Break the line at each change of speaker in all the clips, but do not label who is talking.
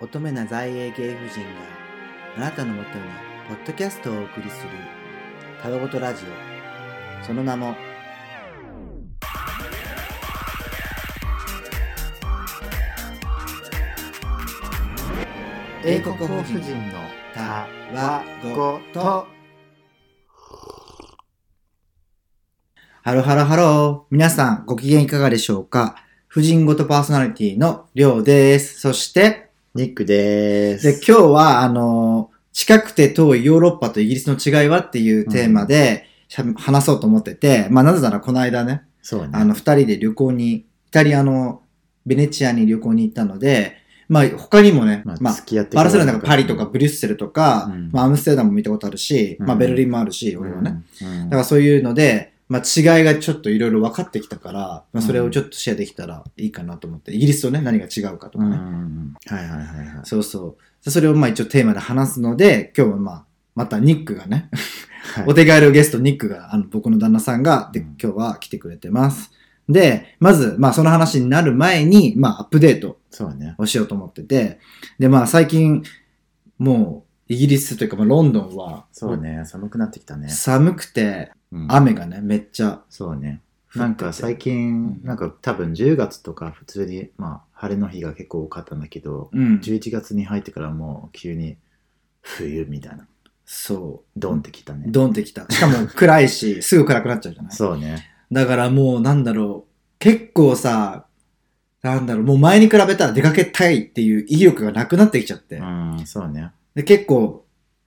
乙女な在英芸婦人があなたのもとにポッドキャストをお送りするたわごとラジオその名も英国法婦人
の
たわごとハロハロハロー皆さんご機嫌いかがでしょうか婦人ごとパーソナリティのりょうですそして
ニックでーす。
で、今日は、あの、近くて遠いヨーロッパとイギリスの違いはっていうテーマで、しゃ話そうと思ってて、まあ、なぜならこの間ね、
そうね。
あの、二人で旅行に、イタリアのベネチアに旅行に行ったので、まあ、他にもね、
まあ、
まあ、
付き合って
バルセロナとかパリとかブリュッセルとか、
うん
まあ、アムステルダムも見たことあるし、まあ、
うん
ベルリンもあるし、俺はね。。
うんうん
だからそういうので、まあ、違いがちょっといろいろ分かってきたから、まあ、それをちょっとシェアできたらいいかなと思って、イギリスとね、何が違うかと
う
か
ん
ね。
うんうんはいはいはいはい。
そうそう。それをまあ一応テーマで話すので、今日はまあ、またニックがね、
はい
お手軽ゲストニックが、あの、僕の旦那さんが、で、
うん
今日は来てくれてます。で、まず、まあその話になる前に、まあアップデート
そうね。
をしようと思ってて、で、まあ最近、もう、イギリスというか、まあロンドンは、
そうね。寒くなってきたね。
寒くて、
うん
雨がね、めっちゃ、
そうね。なんか最近、
うん
なんか多分10月とか普通に、まあ、晴れの日が結構多かったんだけど、
うん、
11月に入ってからもう急に冬みたいな、
そ
ドンってきた
う、
ね。
ドンってきた。しかも暗いし、すぐ暗くなっちゃうじゃない
そうね。
だからもうなんだろう、結構さ、なんだろう、もう前に比べたら出かけたいっていう意欲がなくなってきちゃって。
うん、そうね。
で、結構、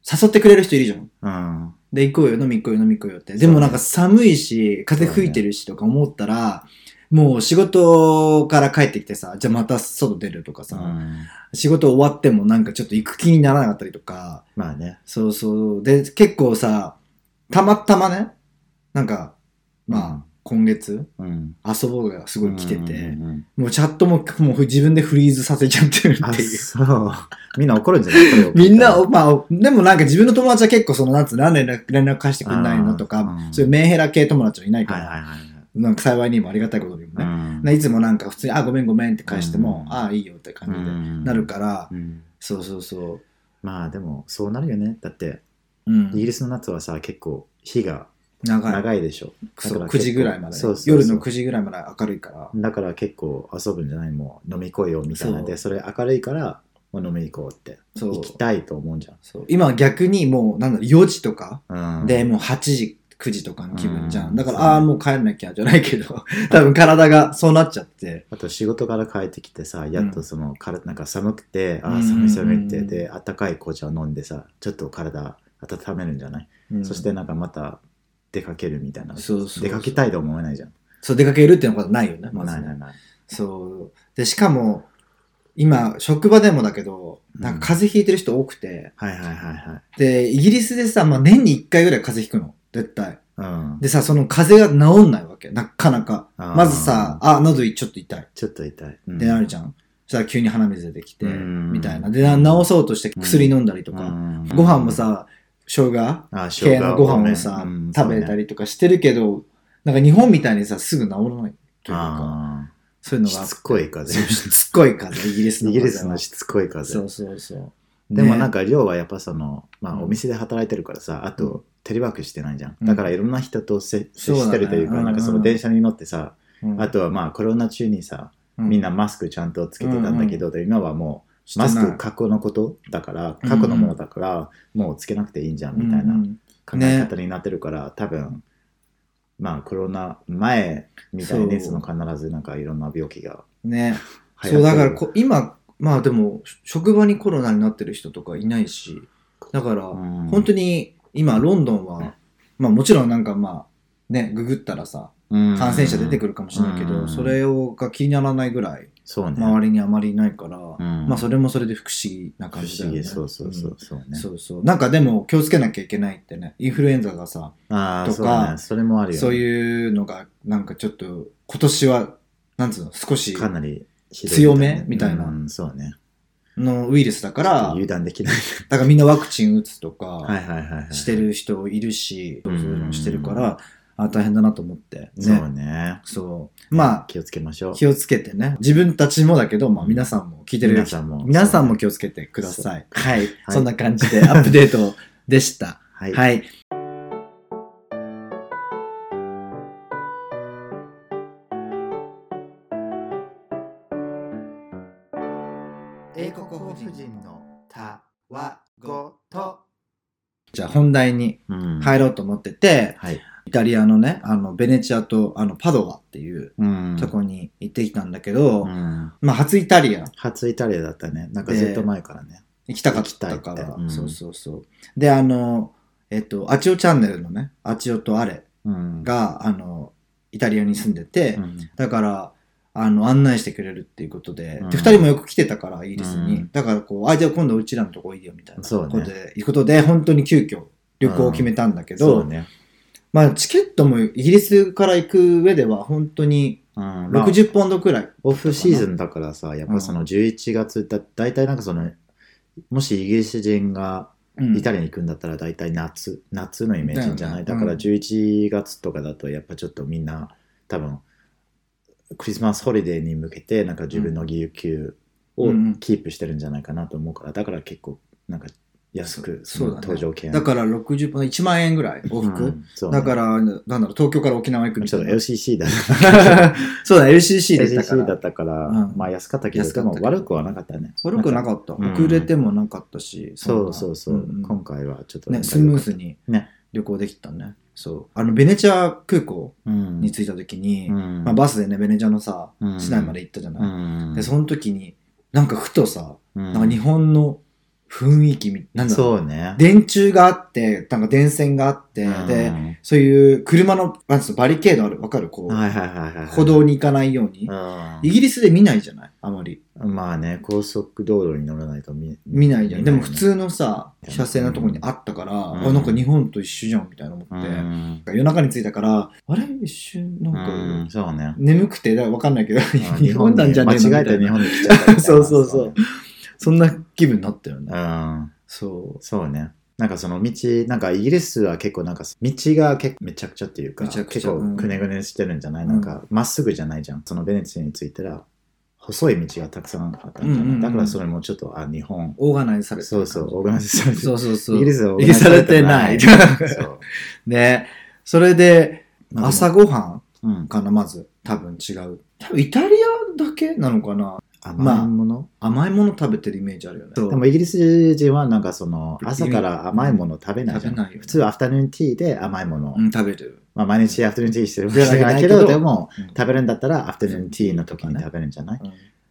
誘ってくれる人いるじゃん。
うん。
で、行こうよ、飲み行こうよ、飲み行こうよって。
そう
でもなんか寒いし、風吹いてるしとか思ったら、もう仕事から帰ってきてさ、じゃあまた外出るとか
う
さ、
ん
仕事終わってもなんかちょっと行く気にならなかったりとか、
まあね。
そうそう。で、結構さ、たまたまね、なんか、まあ、
うん
今月、
うん。
遊ぼうがすごい来てて、
うんうんうん
もうチャットももう自分でフリーズさせちゃってる
あ
っていう。
そう。みんな怒るんじゃないこれを聞いたら
みんな、まあ、でもなんか自分の友達は結構その、なんつうの、なんで連絡連絡返してくんないのと
う
か
ん、
そういうメンヘラ系友達はいないか
はい
ら、
はいはい
なんか幸いにもありがたいことにもね。
はい。
ないつもなんか普通に、あ、ごめんごめんって返しても、
うん
ああ、いいよって感じで
な
なる。から、
うん
そうそうそう。
まあでもそうなるよね。だって
うん
イギ。リスの夏はさ結構日が
長い。
長いでしょ。
そう、
だから結構
9時ぐらいまでね。
そうそうそう
夜の9時ぐらいまで明るいから。
だから結構遊ぶんじゃないもう飲み来いよみたいな
そう
でそれ明るいからもう飲みに行こうって
そう
行きたいと思うんじ
そう今逆にもう、なんだろう、4時とか
ゃん。うん
で、もう8時、9時とかの気分じゃ。
うんん
だから、
そう
ああー、もう帰んなきゃじゃないけど、 多分体がそうなっちゃって。
あと仕事から帰ってきてさやっとそのからなんか寒くてあ
うん
ー寒い寒いって
うん
で暖かい紅茶を飲んでさちょっと体温めるんじゃないそして
な、
なんかまた出かけるみたいな
そうそうそう
出かけたいと思えないじゃん。
そう、出かけるっていうことはないよね、まず
な
ね
いないない。
そう。で、しかも、今、職場でもだけど、なんか風邪ひいてる人多くて、
はいはいはいはい。
で、イギリスでさ、まあ、年に1回ぐらい風邪ひくの、絶対。
うん、
でさ、その風邪が治んないわけ、なかなか。
あー
まずさ、あ、喉ちょっと痛いっ
ちょっと痛い。うん
てなるじゃん。そしたら急に鼻水出てきて、
うん
みたいな。で、な治そうとして薬飲んだりと
う
か、
ん
ご飯もさ、生姜
あ生姜
系のご飯をさ、
うん
食べた
そうね
りとかしてるけど、なんか日本みたいにさ、すぐ治らないというか、
あ
そういう
ー
のがあ
し
って
つこい風
そうしつこい風、イギリスの
イ
風
ギ
は
リスのしつこい風
そうそうそう。
でもなん
か、
か亮はやっぱその、まあ、
うん
お店で働いてるからさあ
う
とテレワークしてないじゃん、
うん
だからいろんな人とせ
そ
接
うだね
してるというか
うん
なんかその電車に乗ってさ、
うん
あとはまあコロナ中にさみんな、マスクちゃんとつけてたんだけど、で今はもうマスク過去のことだから過去のものだから、もうつけなくていいんじゃんみたいな、考え方になってるから、多分まあコロナ前みたいに
そ
そうの必ずなんかいろんな病気が
ね。
流行
そう、
ってる
だからこ今、まあでも、職場にコロナになってる人とかいないし、だから、
うん
本当に今、ロンドンは、まあもちろんなんかまあ、ね、ググったらさ、
うん
感染者出てくるかもしれないけど、
うん
それをが気にならないぐらい、
そうね、
周りにあまりいないから、
うん
まあそれもそれで不思議な
不
感じだ
思
よね。
議そうそうそ
ん
うそうね、
そうそう。なんかでも気をつけなきゃいけないってね、インフルエンザがさ、
ああ
と
そ
か
うねそれもあるよね
そういうのが、なんかちょっと、今年は、なんつうの、少し
かなりひど
強めみたいな
うんそうね
のウイルスだか
ちょっと
ら、
油断できない
だからみんなワクチン打つと
は
か、
いはいはい、はい、
してる人いるし、
う
そうんいうのしてるから、あ大変だなと思って。
そう
ね。
ね。
そう。ま
気をつけましょ
あ、
う。
気をつけてね。自分たちもだけど、まあ皆さんも聞いてる
皆さんも
皆さんも気をつけてください。はい。
はい
そんな感じで アップデートでした。
はい。
はい。英国夫人のたわごと。じゃあ本題に
うん
入ろうと思ってて、
はい。
イタリアのね、あの、ベネチアとあのパドワっていう
うん
とこに行ってきたんだけど、
うん
まあ初イタリア
初イタリアだったね。なんかずっと前からね。
行きたかったか
行きたいっ
ら、
てうん
そうそうそう。で、あの、えっと、アチオチャンネルのね、アチオとアレ
うん。
が、あの、イタリアに住んでて、
うん、
だから、あの、案内してくれるっていうことで、
うん
で、二人もよく来てたから、イギリスに。
うん
だから、こう、あ、じゃあ今度うちらのとこいいよ、みたいな
そうね
ことで、いうことで、本当に急遽旅行を決めたんだけど、
そうね。
まあ、チケットもイギリスから行く上では、本当に
うんまあ
60ポンドくらい。
オフシーズンだからさ、やっぱその11月だ、大体なんかその、もしイギリス人が
うん
イタリアに行くんだったら大体夏、夏のイメージじゃない。
だ
だ
よね
か
うん
ら11月とかだとやっぱちょっとみんな多分クリスマスホリデーに向けてなんか自分の有給
う
を
んうん
キープしてるんじゃないかなと思うから、だから結構なんか安く
そうだね
搭乗券
だから60ポンド、1万円ぐらい、往
う
復。
んそうね
だから、なんだろう、東京から沖縄行くみ
ち
た
ょ
い
っと
な。
LCC だ
そうだ、LCC で行ったか
LCC だ
ら
っ。たから、
うん
まあ安かったけど
安か
で
った
も
けど
悪くはなかったね
悪くな
っ
かった。
うん
遅れてもなかったし。
たそ
んな
うそうそう、
んん
今回はちょっとなん
ね、
か
スムーズに
ね
旅行できたね。そう。あの、ベネチア空港
うん
に着いた時に、
うん
まあ、バスでね、ベネチアのさ、
うん
市内まで行ったじゃない。
うん
で、その時に、なんかふとさ、
うん
なんか日本の雰囲気み、なんだろう。
そうね
電柱があって、なんか電線があって、
う
で、
ん
そういう車の、なんつうの、バリケードある、わかるこう、
はいはいはいはい
歩道に行かないように。イギリスで見ないじゃないあまり。
うんまあね高速道路に乗らないと見
見ないじゃん。
見
で
ない
も
ね
普通のさ、車線のところにあったから、
ん
あ、なんか日本と一緒じゃん、みたいな思って。
うん
夜中に着いたから、あれ一瞬、なんか、
うんそうね
眠くて、だからわかんないけど、
う ん
日本なんじゃねえの
間違え
みた
て
い
日
な
本に来ちゃった みたいな
そうそうそうそんな気分になったよね。
うん
そ
そうね。なんかその道、なんかイギリスは結構なんか道が結構めちゃくちゃっていうか、
めちゃくちゃ
結構くねくねしてるんじゃない、
うん
なんかまっすぐじゃないじゃん。そのベネチアに着いたら、細い道がたくさんあったんじ
うん
ゃない、
うんうん
だからそれもちょっと、あ、日本
う。、オーガナイズされて
そうそう、オーガナイズされて
そうそうそう。
イギリスはオー
イギリ
ガナイ
ス
ズ
さ
さ
れ
れ
て
て
な
ないい。
そうね。それで、
そう
朝、ごは
うん
ん、かな、まず。多分違う。多分イタリアだけなのかな
甘いもの、
甘いもの食べてるイメージあるよね。で
でもイギリス人はなんかその朝から甘いもの食べないじゃ
食べな
ん。
いよね
普通アフタヌーンティーで甘いもの、
うん、食べてる。
まあ、毎日アフタヌーンティーしてるわ
じ
け
ゃない
じ
け
ゃ
ど
ないけど、でも
うん
食べるんだったらアフタヌーンティーの時に食べるんじゃない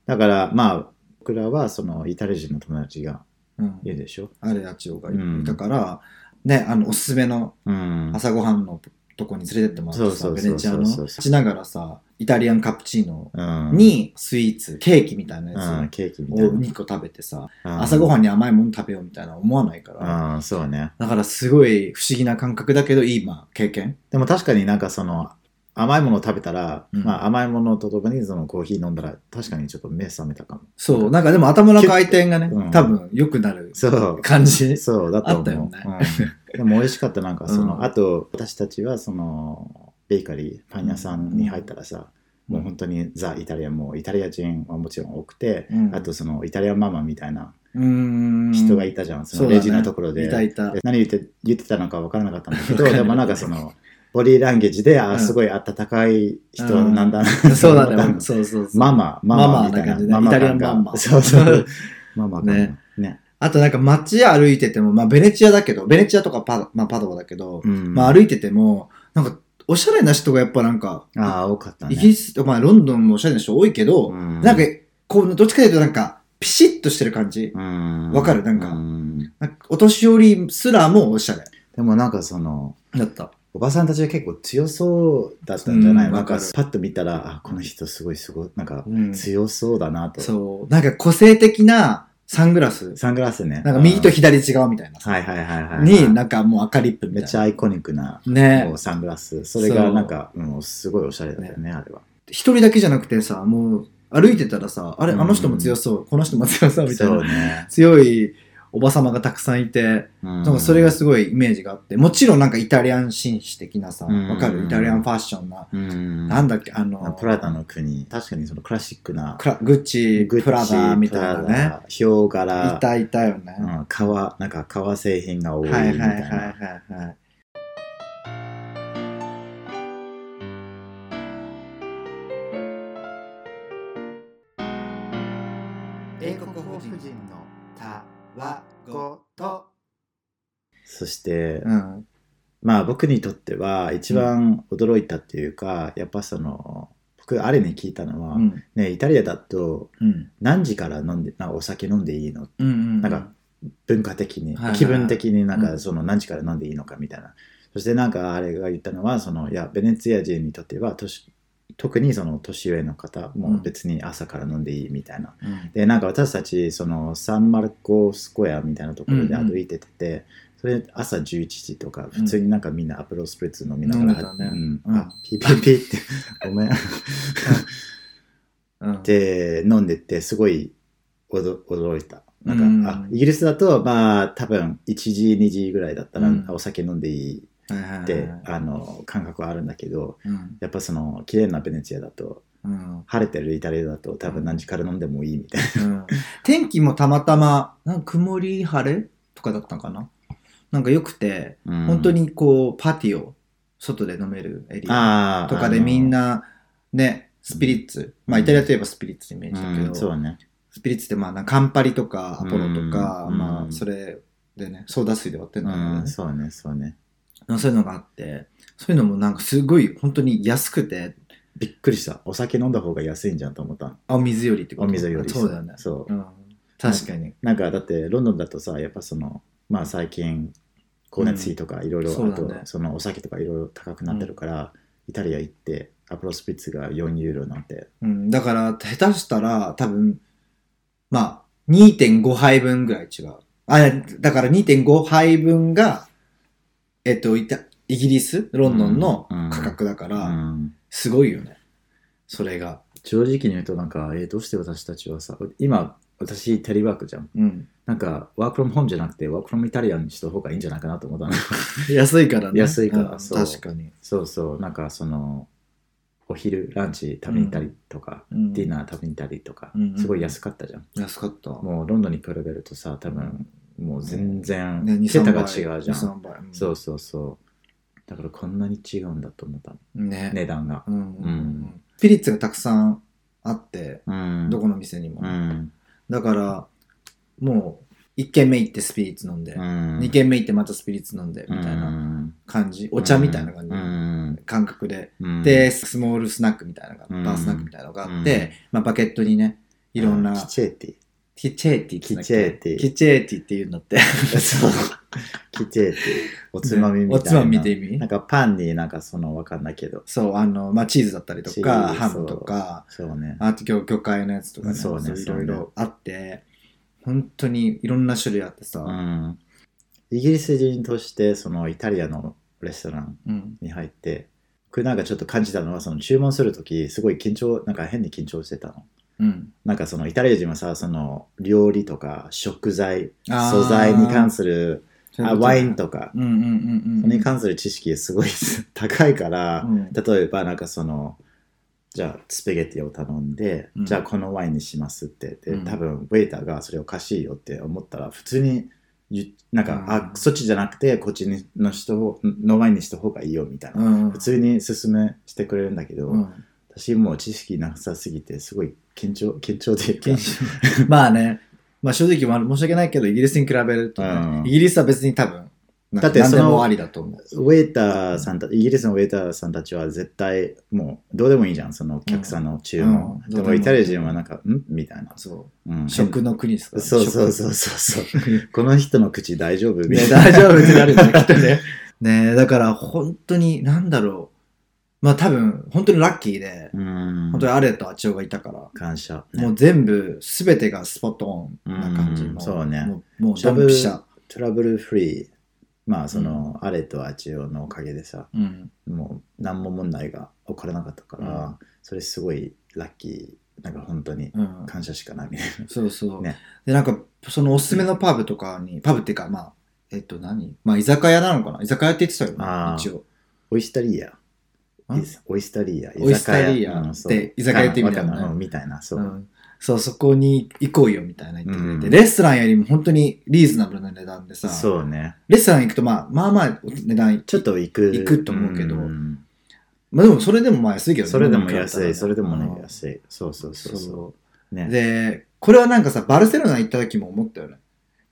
だからまあ僕らはそのイタリア人の友達が
うん。うん
いるでしょ。
あれやちおがいたから、ね、あの、おすすめの
うん
朝ごはんのとこに連れてってもらってさ、
そうそう
ベ
そうそう
ネチアの。
そうそうそう
しながらさ、イタリアンカプチーノ
うん、
にスイーツ、ケーキみたいな
うん
や
ケーキ
つ
み
を
たいな。
2個食べてさ、朝ご
ん
はんに甘いもの食べようみたいな思わないから。
うん、そうね。
だからすごい不思議な感覚だけど、いい、まあ、経験。
でも確かになんかその甘いものを食べたら、
うん
まあ、甘いものとともにそのコーヒー飲んだら確かにちょっと目覚めたかも。
そう、なんかでも頭の回転がね、
うん
多分良くなる
そう。
感 じ。
そうだと思う。
あったよ
うんでも美味しかったなんかそ
う
の、
ん
あと私たちはそのベーカリーパン屋さんに入ったらさ、もう本当にザ・イタリアもうイタリア人はもちろん多くて、
うん
あとそのイタリアンママみたいな
うん
人がいたじゃん、そのレジのところで
そうだねいた いた
で。何言って言ってたのか分からなかったんだけ
わ
ど
かんない
でもなんかそのボディーランゲージで、
う
あ
ん
すごい温かい人なんだな、
そうだ
と思った
ね。
の
そうそうそう。
ママママみたいな
ママな感じねイタリアン
感が
ママ
そうそう ママ感が
ね
ね
あとなんか街歩いてても、まあベネチアだけど、ベネチアとかパ,、まあ、パドワだけど、
うん
まあ歩いてても、なんかおしゃれな人がやっぱなんか、
ああ多かったね
イギリス、まあロンドンもおしゃれな人多いけど、
うん
なんかこう、どっちかというとなんか、ピシッとしてる感じ。わ
わ
かるなんかなんかお年寄りすらもおしゃれ
でもなんかその
だった。
おばさんたちが結構強そうだったんじゃない、
うん
なんか
わかる
パッと見たらあこの人すごいすごいなんか
うん
強そうだなと、
そう。なんか個性的なサングラス。
サングラスね
なんか右と左違うみたいな
うんはいはいはいはい、はい、
に、なんかもう赤リップみた
め
いな。
っちゃアイコニックな、
ね
もうサングラスそれがなんかうんすごいおしゃれだったよねあれは
一人だけじゃなくてさ、もう歩いてたらさ、あれ、あ
うん
の人も強そう、この人も強そうみたいな。
ね
強いおばさまがたくさんいて、な
な
んかそれが、すごいイメージがあって、もちろんなんかイタリアン紳士的なさ、
うん
わかるイタリアンファッションな、
うん、
なんだっけ、あの、
プラダの国。確かにそのクラシックな
クラグッチ、
グッチ
プラダみたいな
プ
ね。
ラダヒョウ
い
柄、
たいたよね。
うん、革、なんか革製品が多いみ
は
た
いはい
いな。
はいはいはい。英国法人のたわごと。
そして、
うん。
まあ僕にとっては一番驚いたっていうか、やっぱその、僕あれに聞いたのは、
うん。
ね、イタリアだと
うん。
何時から飲んで、なんかお酒飲んでいいの
うん。
なんか、文化的に、
はいはい
気分的になん
うん
かその何時から飲んでいいのかみたいな、そしてなんかあれが言ったのはそのいやベネツィア人にとっては年特にその年上の方
う
も
ん
別に朝から飲んでいいみたいな、
うん、
でなんか私たちそのサンマルコスコアみたいなところで
うんうん
歩いてて、それ朝11時とか普通になんかみんなアプロスプレッツ飲みながら、
飲んでたね
うん
うん
あピーピーピーってごめん
うん、
で飲んでってすごい驚驚いたなんか、
うん
あイギリスだとまあ多分1時2時ぐらいだったら
うん
お酒飲んでいい
はいはいはいはい
って、あの感覚はあるんだけど
うん
やっぱその綺麗なベネチアだと
うん
晴れてるイタリアだと多分何時から飲んでもいいみたい
うん、天気もたまたまなんか曇り晴れとかだったのかななんかよくて、
な、
本当にこうパティオ外で飲めるエリア
あー
とかでみん
あ
なねスピリッツ、まあイタリアといえばスピリッツのイメージだ
の
け
う
ど、
んそうね
スピリッツってまあなカンパリとかアポロとか、
うん
ま
う
あ
ん
それでねソーダ水で割ってる
うん
だけどね
んそうねそうね
なんかそういうのがあってそういうのもなんかすごい本当に安くて
びっくりしたお酒飲んだ方が安いんじゃんと思った
あお水よりってこ
お
と
水より
そうだよね
そ
う
う
ん、確かに、
なんかだってロンドンだとさやっぱそのまあ最近光熱費とかいろいろ
そう
あ
だ
と
ね
そのお酒とかいろいろ高くなってるから、イタリア行ってアプロスピッツが4ユーロなんて
うん、だから下手したら多分まあ2.5杯分ぐらい違うあだから2.5杯分がえっといたイギリスロンドンの
うんうん
価格だから、
うん
すごいよねそれが
正直に言うとなんかえーどうして私たちはさ今私テレワークじゃん
うん
なんかワークフロムホームじゃなくてワークフロムイタリアンにした方がいいんじゃないかなと思ったの
安いからね
安いから
うん
そう
確かに、
そうそうなんかそのお昼ランチ食べに行ったりとか、
うん
ディナー食べに行ったりとか、
うんうん
すごい安かったじゃん
安かった
もうロンドンに比べるとさ、多分もう全然
ね
桁が違
23
うじゃ
23
ん。
倍、ん
そうそうそう。だからこんなに違うんだと思ったの。
ね
値段が。
うんうんうん
うん
ピリッツがたくさんあって
うん
どこの店にも、
うん。
だからもう1軒目行ってスピリッツ飲んで、
うん
2軒目行ってまたスピリッツ飲んでみ
うん
たいな感じ、お茶みたいな感じ、
うん
感覚で、
うん
でスモールスナックみたいなのが、
うん
バースナックみたいなのがあって、まあ、バケットにねいろんな、
うキチェテ
キチェーティって言うんだっけ
キチェーティ
キチェーティって言うんだって
ィ。そう。キチェティ。 おつまみみたいな。
おつまみって意味
なんかパンになんかそのわかんないけど。
そうあの、まあ、チーズだったりと
チー
か
ズ
ハムとか
そうね。
あと魚魚介のやつとかね
そうね
い
そ
ろ
うね
いろあって本当にいろんな種類あってさ、
うん。イギリス人としてそのイタリアのレストラン
うん
に入って僕なんかちょっと感じたのはその注文する時すごい緊張なんか変に緊張してたの
うん
なんかそのイタリア人はさその料理とか食材
あー
素材に関する
そういう
あ
ことね
ワインとか
うんうんうん
そ
うん
れに関する知識すごい高いから、
うん
例えばなんかそのじゃあスペゲティを頼んで、
うん
じゃあこのワインにしますってで
うん
多分ウェイターがそれおかしいよって思ったら普通に言なんか、
うん
あそっちじゃなくてこっちの人をのワインにした方がいいよみたいな
うん
普通に勧めしてくれるんだけど、
うん
私もう知識なさすぎてすごい緊張緊張で
禁止まあね、まあ、正直まあ申し訳ないけどイギリスに比べるとね、
うん
イギリスは別に多分なんか
だって
何で
そ
も
の
ありだと思う
ウェイターさんたイギリスのウェイターさんたちは絶対もうどうでもいいじゃんそのお客さんの注文、
うん
でもイタリア人はなんか「ん?」みたいな、
そ
うん
う食の国ですから、
そうそうそうそう
食
そうそうこの人の口大丈夫み
ね
たいな
大丈夫ってなるよねきっとねねえだから本当になんだろうまあ多分本当にラッキーで、
うん
本当にアレとアチオがいたから、
感謝、
も
ね、
う全部全てがスポットオンな感じの、
うんそうね
もうもうドンピシャ、
トラブルフリーまあその、あれとあちおのおかげでさ
うん、
もう何も問題が起こらなかったから、
うん
それすごいラッキーなんか本当に
うん、
感謝しかないみたい
そうそう、
ね
でなんかそのおすすめのパブとかに、パブっていうか、まあ、えっと何まあ、居酒屋なのかな居酒屋って言ってたよ
あ
ね
ー、
一応。
オイスタリア。
ん
オイスタリア。
オイスタリア
うん
っ
そう
て居酒屋って意味だよね
わかんないうんみたいな、そうう。
んそう、そこに行こうよみたいな言ってくれて、
うん
レストランよりも本当にリーズナブルな値段でさ、
そうね。
レストラン行くとまあ、まあまあお値段、
ちょっと行く。
行くと思うけど
ん
まあでもそれでもまあ安いけどね
それでも
飲み
安
に
い、
比
それ
べ
で
たら
も
ね
ね、安い。そうそうそうそ。
そうう。
ね。
で、これはなんかさ、バルセロナ行った時も思ったよね。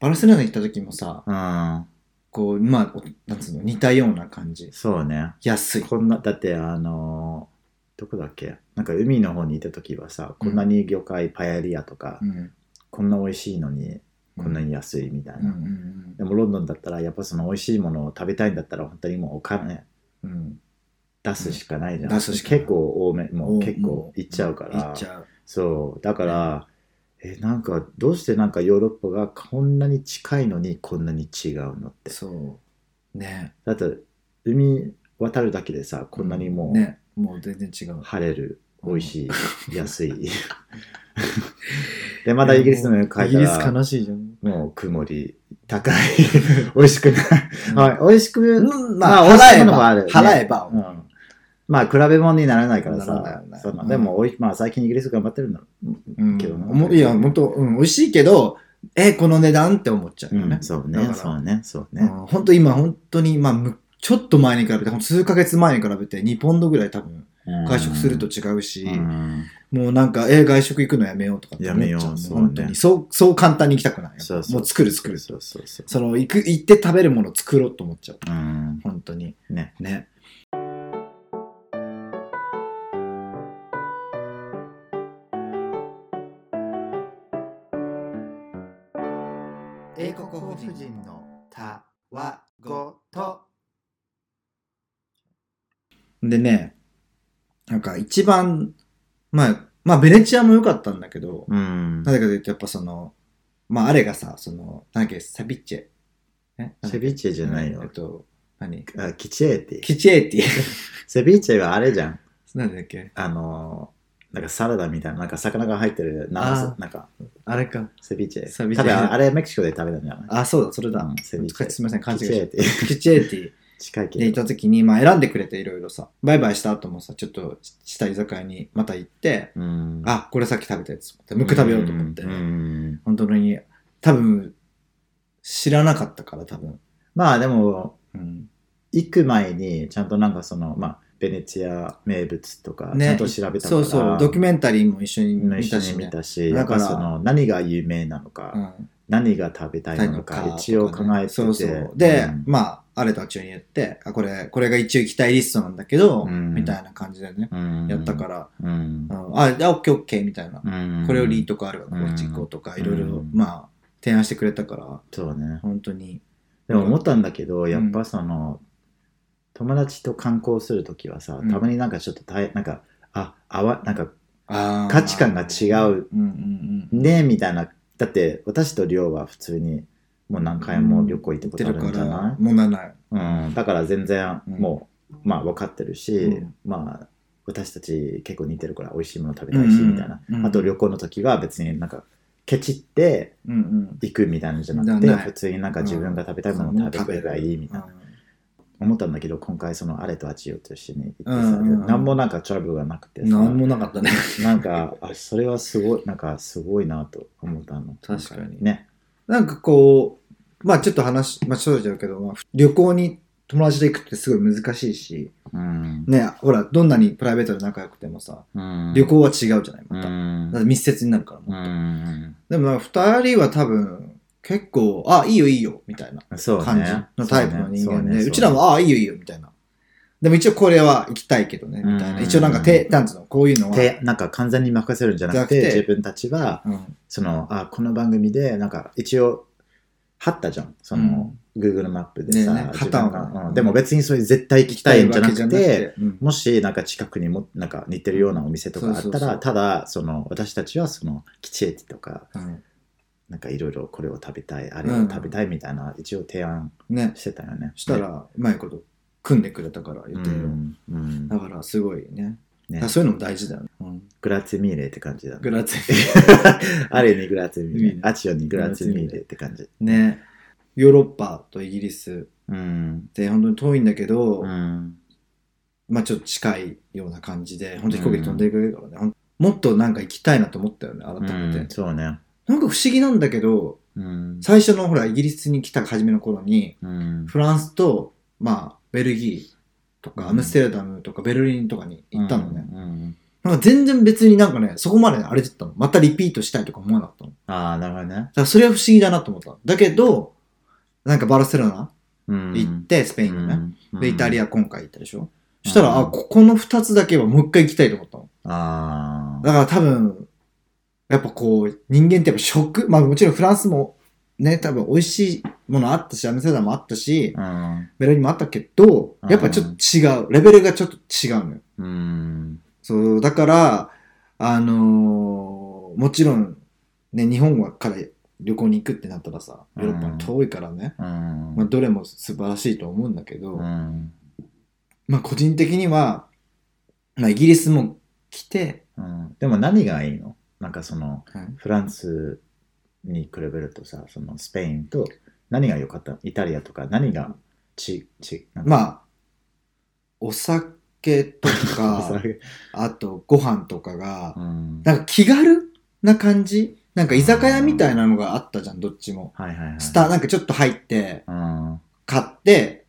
バルセロナ行った時もさ、
うん。
こう、まあ、おなんつうの、似たような感じ。
そうね。
安い。
こんな、だってあのー、どこだっけなんか海の方にいた時はさ、こんなに魚介パエリアとか、
うん。
こんな美味しいのに、こんなに安いみたい
うんう
な。
ん
でもロンドンだったら、やっぱその美味しいものを食べたいんだったら、本当にもうお金
うん。うん。
出すしかないじゃん。
出すしかない
結構多め、もう結構いっちゃうから。
行っちゃう。
そうだから、えなんかどうしてなんかヨーロッパがこんなに近いのにこんなに違うのって
そう。ね。
だって海渡るだけでさこんなにもう
ね。もう全然違う。
晴れ
う
る、
ん
美味しい安い でまたイギリスの絵
イ
描いた
ギリス
ら
悲しいじゃん。
もう曇り高い美味しくない、はい、美味しく、
うん、まあ、
美味しい
払え
ものも
ば、
あるね
払えば、
うんまあ比べ物にならないから
なら
さ
ない
そんな
うん
でもおい、まあ、最近イギリス頑張ってるんだろう、
うん
けどな
おもいや、本当うん、美味しいけど、え、この値段って思っちゃうよね。
そう
だか
ね
ら
そうねそうね、
うん本当今、本当に、まあ、むちょっと前に比べて、ほんと数ヶ月前に比べて2ポンドぐらい多分、外食すると違うし、
うん
もうなんか、え、外食行くのやめようとかって思っちゃ
や
う
めよ
の。
うそうね
本当に。そう、そう簡単に行きたくない。
そうそう
もう作る作る。
そうそうそう
その、行く、行って食べるもの作ろうと思っちゃう。
うん
本当に。
ね
ね。英国法人
の
たわごとでねなんか一番まあまあベネチアも良かったんだけど、
うん
なぜかというとやっぱそのまああれがさそのなんだっけサビッチェえ
セビーチェじゃない
えっ
よ
と何
あキチエーティ
キチエーティ
セビーチェはあれじゃん
なんだっけ
あのーなんかサラダみたいななんか魚が入ってる生さ
あ
なんか
あれか
セビーチェ
セビーチェ
多分あれメキシコで食べたんじゃない
あそうだそれだ、
うんセビーチェ
すみません勘違い
キ
し
チエ
て
ーテ ィ
キチエーテ ィ
近いけど
で行った時に、まあ、選んでくれていろいろさバイバイした後もさちょっとした居酒屋にまた行って、
うん
あこれさっき食べたやつもう一回食べようと思って、
うんうん
本当に多分知らなかったから多分、
まあでも
うん、
行く前にちゃんとなんかそのまあベネチア名物とかちゃんと調べたか
そ
ら、
うそうドキュメンタリーも一緒に見
一緒
たし、
に
ね
見たし、や
だ
っ
から
ぱその何が有名なのか、
うん、
何が食べたいのか、一応考えてて。
そうそうで、
うん
まああれたちに言ってあこれこれが一応行きたいリストなんだけど、
うん
みたいな感じでね、
うん
やったから、
うん
うん、あじゃあオッケーオッケーみたいな、
うん
これよりいいとこあるからこっち行こうとか、いろいろ、まあ、提案してくれたから、
そうね。
本当に。
でも思ったんだけど、やっぱその、友達と観光するときはさ、
うん
たまになんかちょっと大変、なんか、あ、あわ、なんか
あー
価値観が違
う
う
んうんうん。
ね、みたいな。だって、私とりょうは普通に、もう何回も旅行行った
言っ
こ
て
とあ
る
る
か
んじゃない
ら、問題ない。
うん、だから全然
うん
もう、まあ分かってるし、
うん
まあ私たち結構似てるから美味しいもの食べたいし、
うんうん
みたいな、
うん
あと旅行の時は別になんかケチって
うんうん。
行くみたいなのじゃなく
じ
て
ゃない
普通になんか自分が食べたいものを食べればいいみたいな、思ったんだけど今回そのあれとあちよと一緒に行ってさ、
うんうんうん
何もなんかトラブルがなくて
う
さ
ん。なんもなかったね。
なんかあそれはすごいなんかすごいなと思ったの
確かに
ね
なんかこう、まあちょっと話、まあちょっとちゃうけど、まあ旅行に友達と行くってすごい難しいし、
うん、
ね、ほら、どんなにプライベートで仲良くてもさ、
うん
旅行は違うじゃない、また。
うん
だって密接になるから、もっ
う
と
ん
でもなんか2人は多分、結構、あ、いいよいいよ、みたいな。
そうね
感じのタイプの人
そう
間
ね
で、
そうね
うちらも、ああ、いいよいいよ、みたいな。でも一応これは行きたいけどね、みたいな。
うん
一応なんか、て、なんつうの、こういうのは。
てなんか完全に任せるんじゃなくて
じゃなくて
自分たちは
うん。
そのあこの番組でなんか一応貼ったじゃんその、Google マップでさ、
ねえね
自分が
旗を
うんでも別にそれ絶対行きたいんじゃなくて
うん
もしなんか近くにもなんか似てるようなお店とかあったら
そうそうそう
ただその私たちはその吉駅とか
うん
なんかいろいろこれを食べたいあれを食べたいみたいな、一応提案
ね。
してたよね
したら、うまいこと組んでくれたから、予
う
定を。
ん、うん
だから、すごいね。だ
ね
からそういうのも大事だよね。うん
グラッツェミーレって感じだね
グラツェ
ある意味グラッツェミー
う
レ
ん
アチオにグラッツェミーレって感じ
ね。ヨーロッパとイギリス
うん
って本当に遠いんだけど、
うん
まあちょっと近いような感じで、本当飛行機で飛んでくれるからね、ほんもっとなんか行きたいなと思ったよね、改めて。
うんそうね
なんか不思議なんだけど、
うん
最初のほら、イギリスに来た初めの頃に、
うん
フランスと、まあ、ベルギーと
う
か、
ん
アムステルダムとか、ベルリンとかに行ったのね。
うんうん
なんか全然別になんかね、そこまであれだったの。またリピートしたいとか思わなかったの。だ
ああなるほどね
からそれは不思議だなと思ったの。だけど、なんかバルセロナ
うん
行って、スペインにね。
うん
で、イタリア今回行ったでしょ。そした
う
ら、
ん
あ、ここの二つだけはもう一回行きたいと思ったの。
ああ
だから多分、やっぱこう、人間ってやっぱ食、まあもちろんフランスもね、多分美味しいものあったし、アムステルダムもあったし、
うん
ベルリンもあったけど、やっぱちょっと違う。レベルがちょっと違うのよ。
うん
そう、だから、あのーもちろん、ね、日本から旅行に行くってなったらさ、ヨーロッパの遠いからね、
うん
まあどれも素晴らしいと思うんだけど、
うん
まあ個人的には、まあイギリスも来て、
うんでも何がいいのなんかその
はい
フランスに比べるとさそのスペインと何が良かったイタリアとか何がちち
ま
あ
あ、お酒と か、あとご飯とかが、
うん
なんか気軽な感じなんか居酒屋みたいなのがあったじゃん、どっちも。
はいはいはい
スター、なんかちょっと入って、
うん
買って、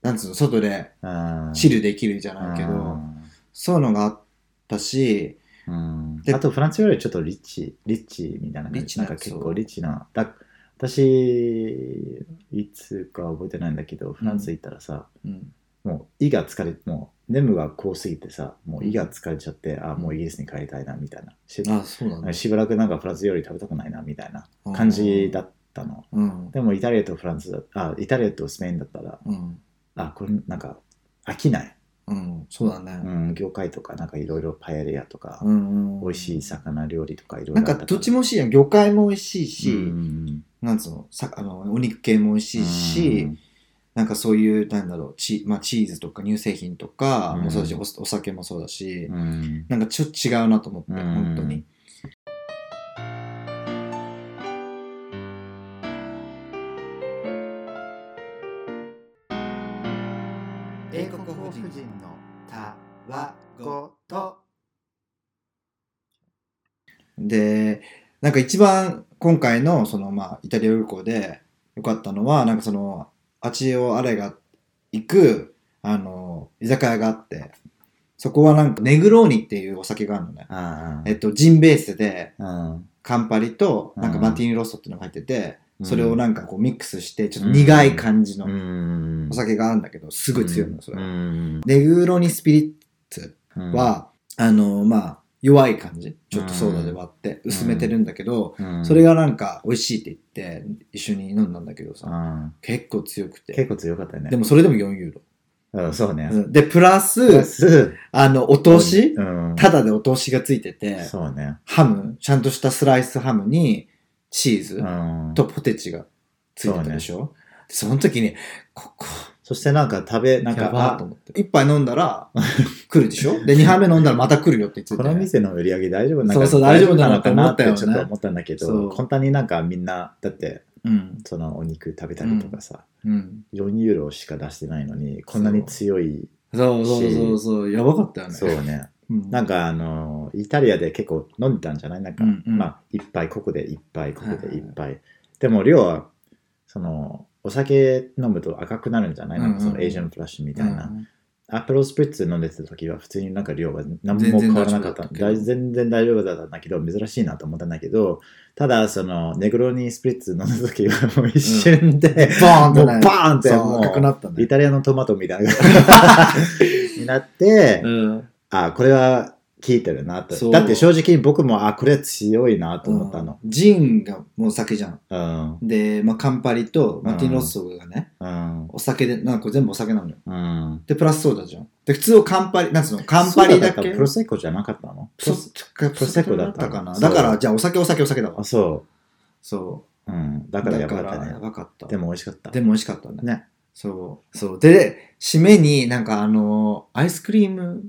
なんつうの、外で
うん
チルできるじゃないけ
う
ど、
ん
そういうのがあったし、
うん
で
あとフランスよりちょっとリッチ、リッチみたいな感じ。
リッチな
なんか結
そ
構
う
リッチな。だ私、いつか覚えてないんだけど、フランス行ったらさ、
うん
もう胃が疲れ、もう全部がこうすぎてさ、もう胃が疲れちゃって、あ、もうイギリスに帰りたいなみたいな。し
あ、そうなんだ。
しばらくなんかフランスより食べたくないなみたいな感じだったの。
うん。
でもイタリアとフランスだ、あ、イタリアとスペインだったら、
うん。
あ、これなんか飽きない。
うん。そうだね。
うん、業界とかなんかいろいろパエリアとか。
うん。
美味しい。魚料理とかいろい
な
ろ
ん
あった
からどっちも美味しいやん。魚介も美味しいし、
うん
なんつうの、さあのお肉系も美味しいし、なんかそういう、なんだろう、チ,、まあ、チーズとか乳製品とかもそうだし、
うん
おお酒もそうだし、
うん
なんかちょっと違うなと思って、
うん
本当に。
英国法人のたわごと
で、なんか一番今回の、そのまあ、イタリア旅行で良かったのは、なんかその、アチオアレが行く、あの、居酒屋があって、そこはなんか、ネグローニっていうお酒があるのね。
あ
えっと、ジンベースで、
あ
カンパリと、なんか
うん
マティーニロッソっていうのが入ってて、
うん
それをなんかこうミックスして、ちょっと苦い感じの
ん
お酒があるんだけど、す
す
ごい強いの、それ。
れ
ネグロニスピリッツは、あの、まあ、弱い感じ。ちょっとソーダで割って薄めてるんだけど、それ
が
がなんか美味しいって言って、一緒に飲んだんだけどさ、結構強く
結
て。
構強かったね
でもそれでも4ユーロ
うんそうね
うん。で、プラ
プラ
ス、
ス
あの、お通し
うん
ただでお通しがついてて、
そうね
ハム、ちゃんとしたスライスハムに、チーズ
うん
とポテチがついてたでしょ、でその時に、ここ、
そしてなんか食べな
なん
ん
か
か
ばー
あ
と思って。一杯飲んだら、来るでし ょで、二杯目飲んだらまた来るよって言って
こ
た
の
よね、
店の売り上げ大丈夫なの
そう
か
そう大丈夫なのかなって
ちょっと思ったんだけ
そう
ど簡単になんかみんなだって
うん。
そのお肉食べたりとかさ
うん。
4ユーロしか出してないのにこんなに強い
そうそうそうそう、やばかったよね。
そうね
うん。
なんかあのイタリアで結構飲んでたんじゃないなんか、
うんうん
まあ一杯ここで一杯ここ
はいは
で
い
一杯、でも量はそのお酒飲むと赤くなるんじゃないなんかそ
うんう
の
んうん
エージェントフラッシュみ
う
たい
ん、
な、アップロースプリッツ飲んでた時は普通になんか量は何も
全然
変わらなかった
大丈夫だったけど
大全然大丈夫だったんだけど珍しいなと思ったんだけどただそのネグロニスプリッツ飲んだ時はもう一瞬で、
バーン
も
と
う
ね。
バーンって
そう
も
赤く
う
なった
イ
ね。
タリアのトマトみ たいな感じになって、
うん。
あ、これは効いてるな
そ
と。
う
だって正直僕も、あ、これは強いなと思ったの。
ジンがもうお酒じゃん。
うん。
で、まあ、カンパリとマティンロッソがね、
うん。
お酒で、なんかこれ全部お酒なのよ。
うん。
で、プラスソーダじゃん。で、普通をカンパリ、なんつうの、カンパリだ
そうった
け
らプ。ロセッコじゃなかったの
プロ
プロセッコだった
かな。
そう
だから、じゃあお酒お酒お酒だわ
あ、。そ。
そう
うん。だ
う。
から
だ
や
か
ばかっ
ら、
た
や
ね。
ばかった。
でも美味しかった。
でも美味しかったね。
ね。
そう。そう。で、締めになんかあの、アイスクリーム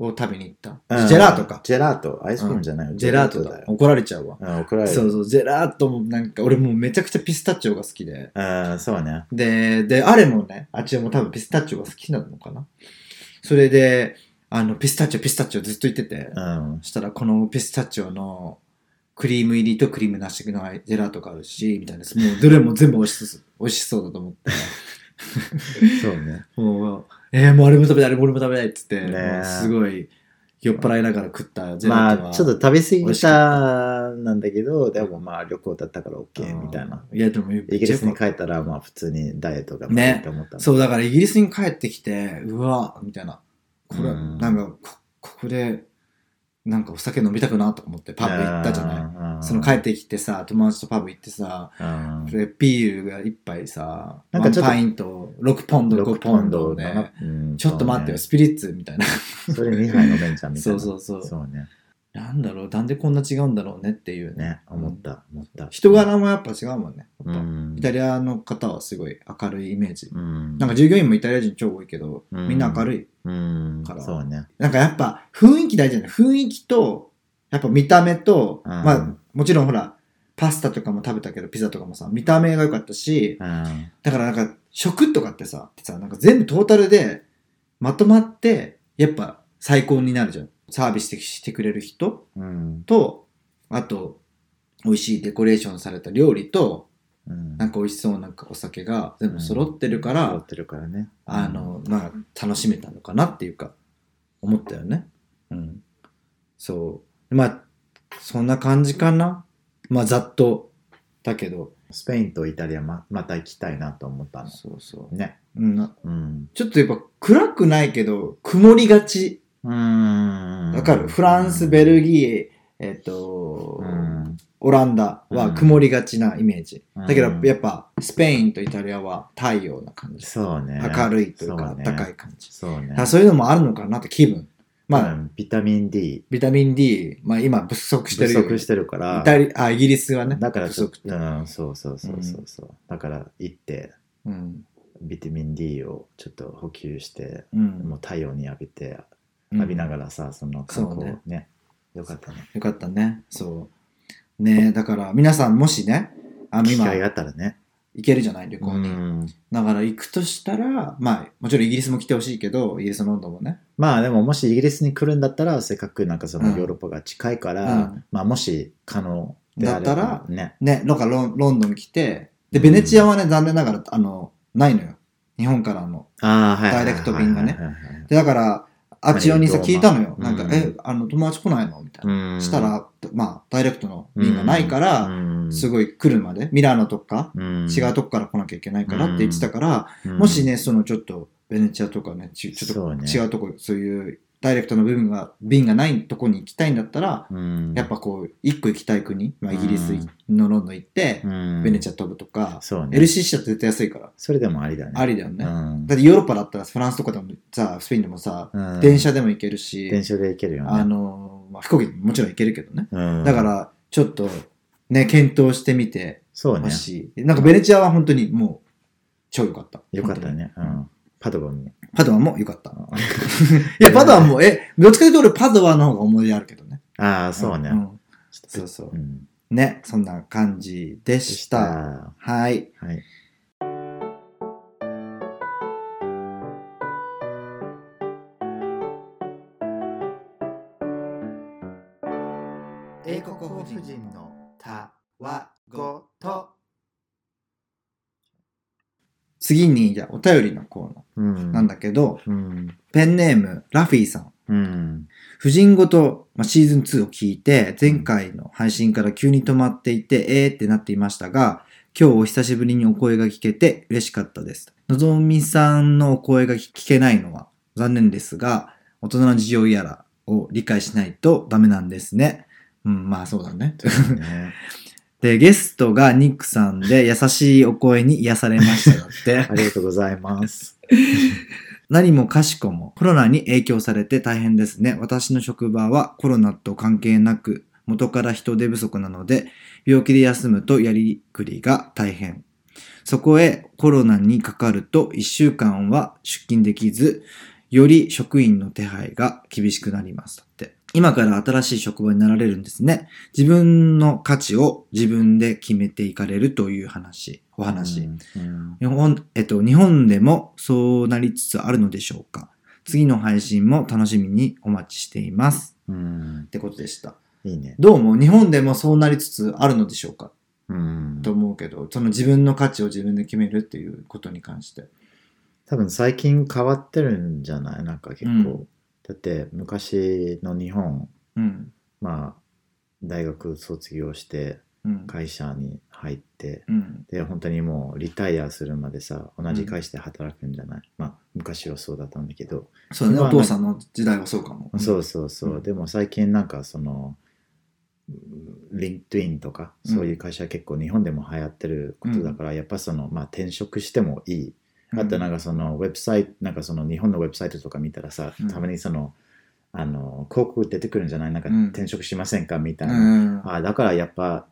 を食べに行っ
う
た。
ん
ジェラートか。
ジェラート。アイスクリームじゃないよ。
ジェラートだ
だ。よ。
怒られちゃうわ。
うん怒られる。
そうそう、ジェラートもなんか、俺もうめちゃくちゃピスタチオが好きで。
うん、そうね。
で、で、あれもね、あっちも多分ピスタチオが好きなのかな。それで、あの、ピスタチオ、ピスタチオずっと言ってて、
うん。
そしたらこのピスタチオのクリーム入りとクリームなしのジェラートがあるし、みたいな。もうどれも全部美味しそう、美味しそうだと思って。
そうね。
もう、えー、もうあれも食べたい、あれも俺も食べたいっつって、
ねえ
もうすごい酔っ払いながら食ったジェラートは。
まあ、ちょっと食べ過
美
ぎ
味しか
たなんだけど、でもまあ旅行だったから OK みたいな。
うん。いや、でも、
イギリスに帰ったら、まあ普通にダイエットが
ね
いいと思ったの
そう、だからイギリスに帰ってきて、うわみたいな。これ、
うん
なんかこ、ここで、なんかお酒飲みたくなとか思って、パブ行ったじゃない。
ない
その帰ってきてさ、友達とパブ行ってさ、でビールが一杯さ、
な
なんんか
かちょっと
パインと6ポンド、5ポンドで、ちょっと待ってよ、スピリッツみたいな。
それ2杯飲めんじゃんみたい
そ
な。
うそうそう。
そうね。
なんだろう、なんでこんな違うんだろうねっていうね。
ね、思った、思った。
人柄もやっぱ違うもんね。や
う
っぱ
ん
イタリアの方はすごい明るいイメージ。
うん。
なんか従業員もイタリア人超多いけど、
うん
みんな明るい。
うん
か、ら
そうね。
なんかやっぱ雰囲気大事だよね。雰囲気と、やっぱ見た目と、
うん
まあもちろんほら、パスタとかも食べたけど、ピザとかもさ、見た目が良かったし、
うん
だからなんか食とかってさ、さなんか全部トータルでまとまって、やっぱ最高になるじゃん。サービスしてくれる人
うん。
と、あと、美味しいデコレーションされた料理と、
うん
なんか美味しそうなんかお酒が全部揃ってるから、
揃ってるからね。
あの、まあ、楽しめたのかなっていうか、思ったよね。うん。そう。まあ、そんな感じかな。まあ、ざっと。だけど。
スペインとイタリアままた行きたいなと思ったの。
そうそ
ね。
う。うん、な
うん。
ちょっとやっぱ暗くないけど、曇りがち。
うん。
わかる、フランス、ベルギー、えっ、と、
うん。
オランダは曇りがちなイメージ。
うん
だけど、やっぱ、スペインとイタリアは太陽な感じ。
そうね。
明るいというか、
そうね
暖かい感じ。
そうね
だか。らそういうのもあるのかなって気分。まあ、
うんビタミン D
ビタミン D、まあ今不足して
不
るよ。
足してるから。
イタリあ、イギリスはね。
だから
不
ちょっ
足
と
っ、て。
うん、そうそうそうそうそう、だから行って
うん。
ビタミン D をちょっと補給して、
うん。
もう太陽に浴びて浴びなが
ら。
らさ、その観光
そう
ね
ね
よかったね
よかったね。そう。ねだから皆さんもしね、あの
機
今
会があったらね
行けるじゃない、旅行
う
に。
ん
だから行くとしたら、まあもちろんイギリスも来てほしいけど、イギリスの温度もね。
まあでももしイギリスに来るんだったらせっかくなんかそうの
ん
ヨーロッパが近いから、
うん
まあもし可能であれば
だった
ね
ね、なんかロンロンドン来て、で、
うん
ベネチアはね、残念ながら、あの、ないのよ。日本からの。
ああはいはいはい
ダイレクト便がね
はいはい
で、だから、あっちよにさ、
まあ移動
聞いたのよ。
うん
なんか、え、あの、友達来ないのみたいな。
はいうん
したら、まあ、ダイレクトの便がないから、
うん
すごい来るまで、ミラノとか、
うん
違うとこから来なきゃいけないからって言ってたから、
うん
もしね、そのちょっと、ベネチアとかね、ちち
そ
ょ
う
っと
ね
違うとこ、そういうダイレクトの部分が、便がないとこに行きたいんだったら、
うん
やっぱこう、一個行きたい国、まあ、イギリスのロンドン行って、ベネチ
ア
ア飛ぶとか、
そうね
LCC だと絶対安いから、
それでもありだね
ありだよね。
うん
だってヨーロッパだったらフランスとかでもさ、スペインでもさ、
うん
電車でも行けるし、
電車で行けるよね。
あの、まあ、飛行機ももちろん行けるけどね。
うん
だか、ら、ちょっと、ね、検討してみて、
そうね
欲。しい。なんかベネチアは本当にもう、超良かった。
よかったね。う
本当に
ん。パドバンも。
パドワも良かった。いや、パドワも、え、どっちかというと俺パドワの方が思い出あるけどね。
ああ、そうね。
んそ
ちょっ
うそ
とうん。
う。ね、そんな感じで
で
し。
したた。
はい。
はい。
英国夫人
の
たわごと。次に、じゃあお便りのコーナ
うん。
ーなんだけど、
うん。
ペンネーム、ラフィーさん。
うん。
婦人ごと、まあ、シーズン2を聞いて、前回の配信から急に止まっていて、えーってなっていましたが、今日お久しぶりにお声が聞けて嬉しかったです。のぞみさんのお声が聞けないのは残念ですが、大人の事情やらを理解しないとダメなんですね。うん、まあそうだね。
ね
で、ゲストがニックさんで優しいお声に癒されましただって
あ。りがとうございます。
何もかしこもコロナに影響されて大変ですね。私の職場はコロナと関係なく元から人手不足なので病気で休むとやりくりが大変。そこへコロナにかかると1週間は出勤できずより職員の手配が厳しくなります。だって。今から新しい職場になられるんですね。自分の価値を自分で決めていかれるという話、お話。
うん
日本、えっと、日本でもそうなりつつあるのでしょうか。次の配信も楽しみにお待ちしています。
うん
ってことでした。
いいね。
どうも日本でもそうなりつつあるのでしょうか
うん
と思うけど、その自分の価値を自分で決めるっていうことに関して。
多分最近変わってるんじゃないなんか結構、
うん
だって昔の日本
うん。
まあ大学卒業して
うん。
会社に入って
うん。
で本当にもうリタイアするまでさ同じ会社で働くんじゃない、まあ昔はそうだったんだけど、
そうだね。
ま
お
あ
父さんの時代はそうかも。
そうそうそう、
うん
でも最近なんかそのリンクトインとかそういう会社は結構日本でも流行ってることだから、やっぱそのまあ転職してもいいあとなん
か、
かそのウェブサイト、なんかその日本のウェブサイトとか見たらさ
うん、
たまにその、あの、広告出てくるんじゃないなんか
うん
転職しませんかみた
う
いな。
ん。
あだからやっぱ、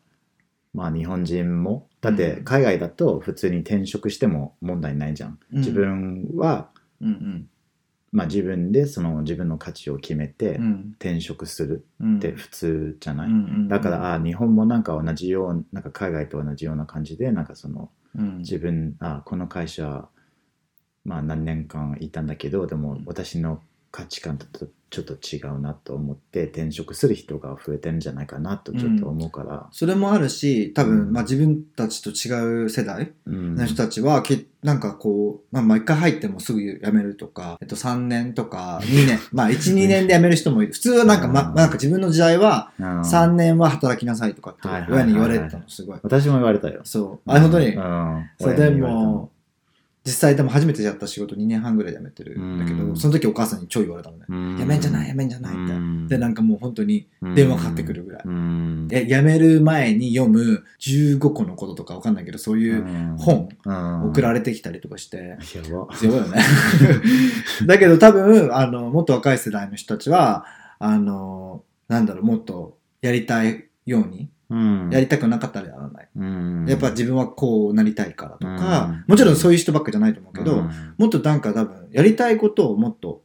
まあ日本人も、だって海外だと普通に転職しても問題ないじゃん。
うん
自。分は、
うん
まあ自分でその自分の価値を決めて
うん。
転職する
うん。
って普通じゃない、
うん
だから、あ日本もなんか同じよう、なんか海外と同じような感じで、なんかその、
うん、
自分あこの会社まあ何年間いたんだけどでも私の価値観ととちょっと違うなと思って転職する人が増えてるんじゃないかなとちょっと思うから、
それもあるし、多分、
うん
まあ自分たちと違う世代
うん
の人たちは、けなんかこう、まあ、まあ一回入ってもすぐ辞めるとか、えっと、3年と か2年、まあ、1、2年で辞める人もいる。普通はなんか、ま、
う
ま
ん
あなんか自分の時代は、
うん
3年は働きなさいとかって
はいはいは
親
いはい
に言われてたの、すごい。
私も言われたよ
そう。あ、本当に
う。ん
そう、で
親に言われたの
も、実際でも初めてやった仕事2年半ぐらいで辞めてるんだけ
う
ど、
ん
その時お母さんに超言われたのね。
うん
辞めんじゃない、辞めんじゃないって。で、なんかもう本当に電話かかってくるぐらい
うん
え辞める前に読む15個のこととかわかんないけど、そういう本送ら
れ
れてきたりとかして、
やば
強いよね。 だけど多分、あの、もっと若い世代の人たちは、あの、なんだろう、もっとやりたいように、
うん
やりたくなかったらやらない。
うん
やっぱ自分はこうなりたいからとか、
うん
もちろんそういう人ばっかじゃないと思うけど、
うん
もっとなんか多分、やりたいことをもっと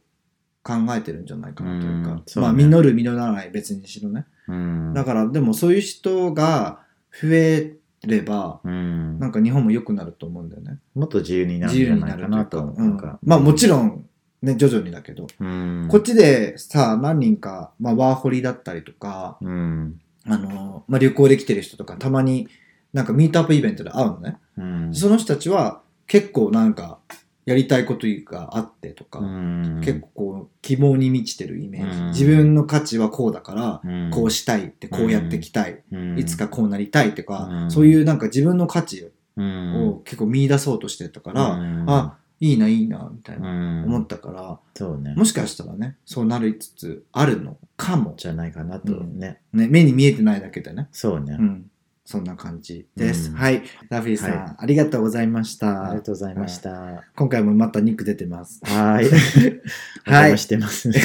考えてるんじゃないかなというか、
うんそう
ま
ね
あ、実る実らない別にしろね。
うん
だから、でもそういう人が増えれば、
うん
なんか日本も良くなると思うんだよね。
もっと自由になる
自
んじ
由
ゃ
に
な
ないる
か
とい
な
うか、
と思う
う
なん
ん
か
まあもちろん、ね、徐々にだけど、
うん
こっちでさ、何人か、まあワーホリだったりとか、
うん
あの、まあ旅行で来てる人とか、たまになんかミートアップイベントで会うのね。
うん
その人たちは結構なんか、やりたいことがあってとか、
うん
結構こう、希望に満ちてるイメージ。
うん
自分の価値はこうだから、
うん
こうしたいって、こうやっていきたい。
うん
いつかこうなりたいとか、
うん
そういうなんか自分の価値
うん
を結構見出そうとしてたから、
うん
あ、いいな、いいな、みたいうな、
ん
思ったから、
そうね
もしかしたらね、そうなりつつあるのかも。
じゃないかなとね
ね、目に見えてないだけでね。
そうね
うん。そんな感じです。
うん
はい。ラフィーさん、
は
ありがとうございまし
ありが
た。
とうございましたは
今回もまた肉出てます。
ーいお
はい
邪魔してま すね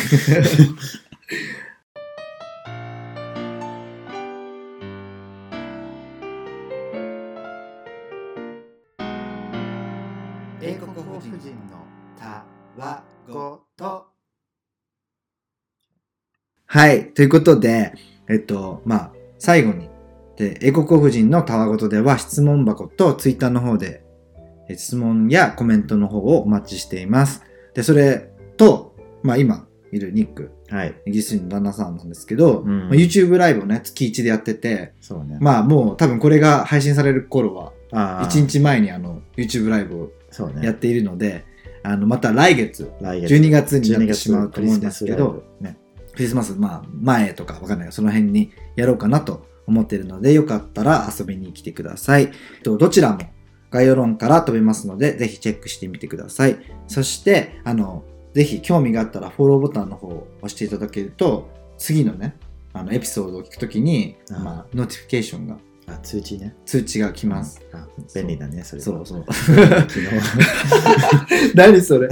英国法人のたわごと。はい、ということで、えっと、まあ、最後に、で英国法人のたわごとでは質問箱とツイッターの方でえ質問やコメントの方をお待ちしています。で、それと、まあ今いるニック、
はい
イギリス人の旦那さんなんですけど、
う
ま
ん
あ YouTube ライブをね、月1でやってて、
そうね
まあもう多分これが配信される頃は、
あー
1日前にあの YouTube ライブを
そう
やっ
ね
ているので、あのまた来月
来月
12月になっ
12
て
月
しまうと思うんですけど
クリスマスライブね
クリスマスまあ前とかわかんないけどその辺にやろうかなと思っているのでよかったら遊びに来てくださいえっとどちらも概要欄から飛べますのでぜひチェックしてみてくださいそしてあのぜひ興味があったらフォローボタンの方を押していただけると次のねあのエピソードを聞くときに、
あー
まあ、ノーティフィケーションが
あ通知ね
通知が来ます、
あ便利だねそれは
そうそう
昨 日
何それ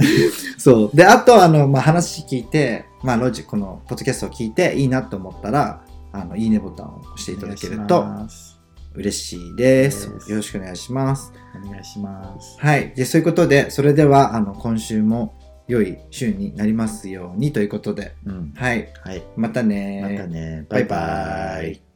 そうであとあの、まあ、話聞いて、まあ、ロジこのポッドキャストを聞いていいなと思ったらあのいいねボタンを 押していただける
お
と
願いします
嬉しいです
です
よろしくお願いします
お願いします
はいでそういうことでそれではあの今週も良い週になりますようにということで、
うん。
はい、
はい。
またね
またね。バイバイ。